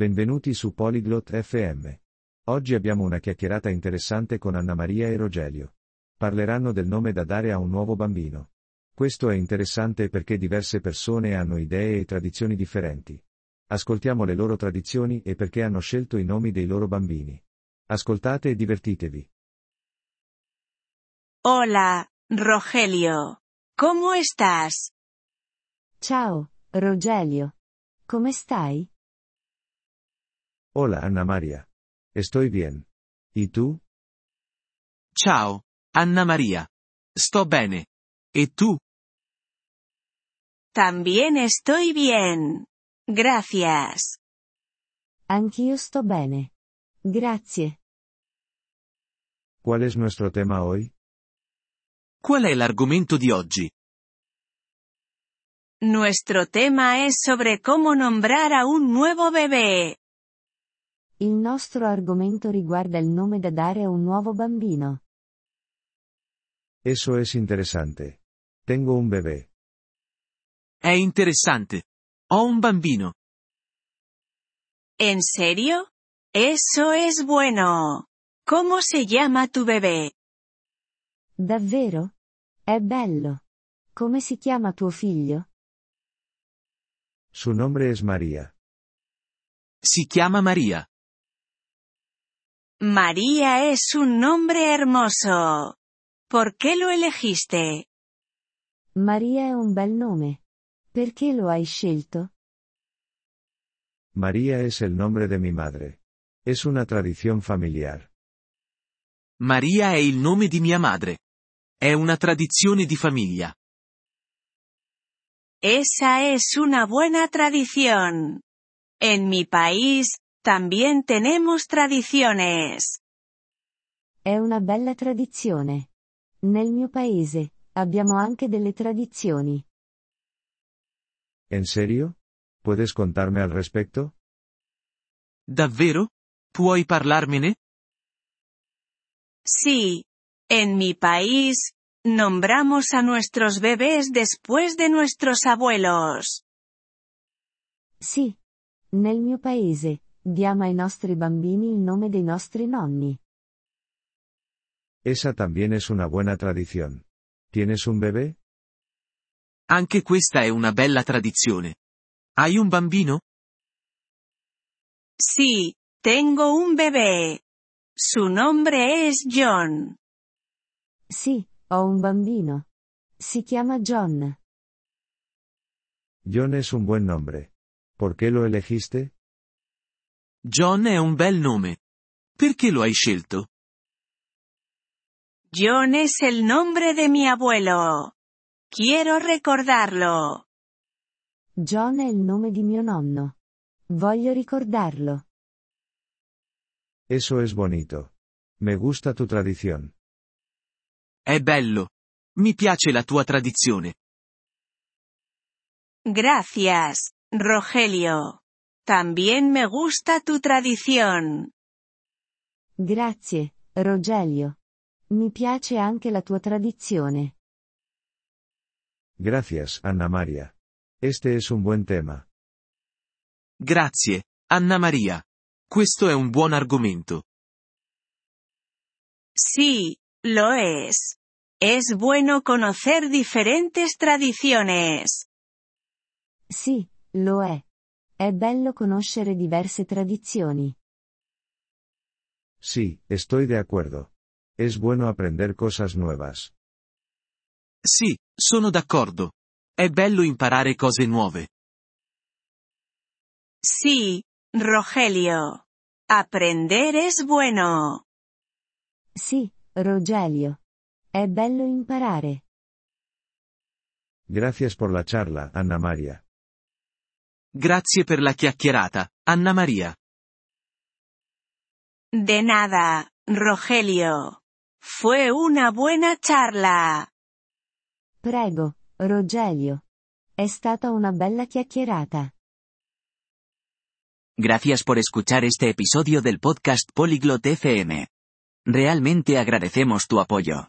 Benvenuti su Polyglot FM. Oggi abbiamo una chiacchierata interessante con Anna Maria e Rogelio. Parleranno del nome da dare a un nuovo bambino. Questo è interessante perché diverse persone hanno idee e tradizioni differenti. Ascoltiamo le loro tradizioni e perché hanno scelto i nomi dei loro bambini. Ascoltate e divertitevi. Hola, Rogelio. ¿Cómo estás? Ciao, Rogelio. Come stai? Hola Anna Maria. Estoy bien. ¿Y tú? Ciao, Anna Maria. Sto bene. E tu? También estoy bien. Gracias. Anch'io sto bene. Grazie. ¿Cuál es nuestro tema hoy? Qual è l'argomento di oggi? Nuestro tema es sobre cómo nombrar a un nuevo bebé. Il nostro argomento riguarda il nome da dare a un nuovo bambino. Eso es interesante. Tengo un bebé. È interessante. Ho un bambino. ¿En serio? Eso es bueno. ¿Cómo se llama tu bebé? Davvero? È bello. Come si chiama tuo figlio? Su nombre es María. Si chiama Maria. María es un nombre hermoso. ¿Por qué lo elegiste? Maria è un bel nome. Perché lo hai scelto? María es el nombre de mi madre. Es una tradición familiar. Maria è il nome di mia madre. È una tradizione di famiglia. Esa es una buena tradición. En mi país, también tenemos tradiciones. È una bella tradizione. Nel mio paese, abbiamo anche delle tradizioni. ¿En serio? ¿Puedes contarme al respecto? Davvero? Puoi parlarmene? Sí. En mi país, nombramos a nuestros bebés después de nuestros abuelos. Sì. Nel mio paese, diamo ai nostri bambini il nome dei nostri nonni. Esa también es una buena tradición. ¿Tienes un bebé? Anche questa è una bella tradizione. Hai un bambino? Sí, tengo un bebé. Su nombre es John. Sì, ho un bambino. Si chiama John. John es un buen nombre. ¿Por qué lo elegiste? John è un bel nome. Perché lo hai scelto? John es el nombre de mi abuelo. Quiero recordarlo. John è il nome di mio nonno. Voglio ricordarlo. Eso es bonito. Me gusta tu tradición. È bello. Mi piace la tua tradizione. Gracias, Rogelio. También me gusta tu tradición. Grazie, Rogelio. Mi piace anche la tua tradizione. Gracias, Anna María. Este es un buen tema. Grazie, Anna Maria. Questo è un buon argomento. Sí, lo es. Es bueno conocer diferentes tradiciones. Sì, lo è. È bello conoscere diverse tradizioni. Sí, estoy de acuerdo. Es bueno aprender cosas nuevas. Sì, sono d'accordo. È bello imparare cose nuove. Sí, Rogelio. Aprender es bueno. Sì, Rogelio. È bello imparare. Gracias por la charla, Anna María. Grazie per la chiacchierata, Anna Maria. De nada, Rogelio. Fue una buena charla. Prego, Rogelio. È stata una bella chiacchierata. Gracias por escuchar este episodio del podcast Polyglot FM. Realmente agradecemos tu apoyo.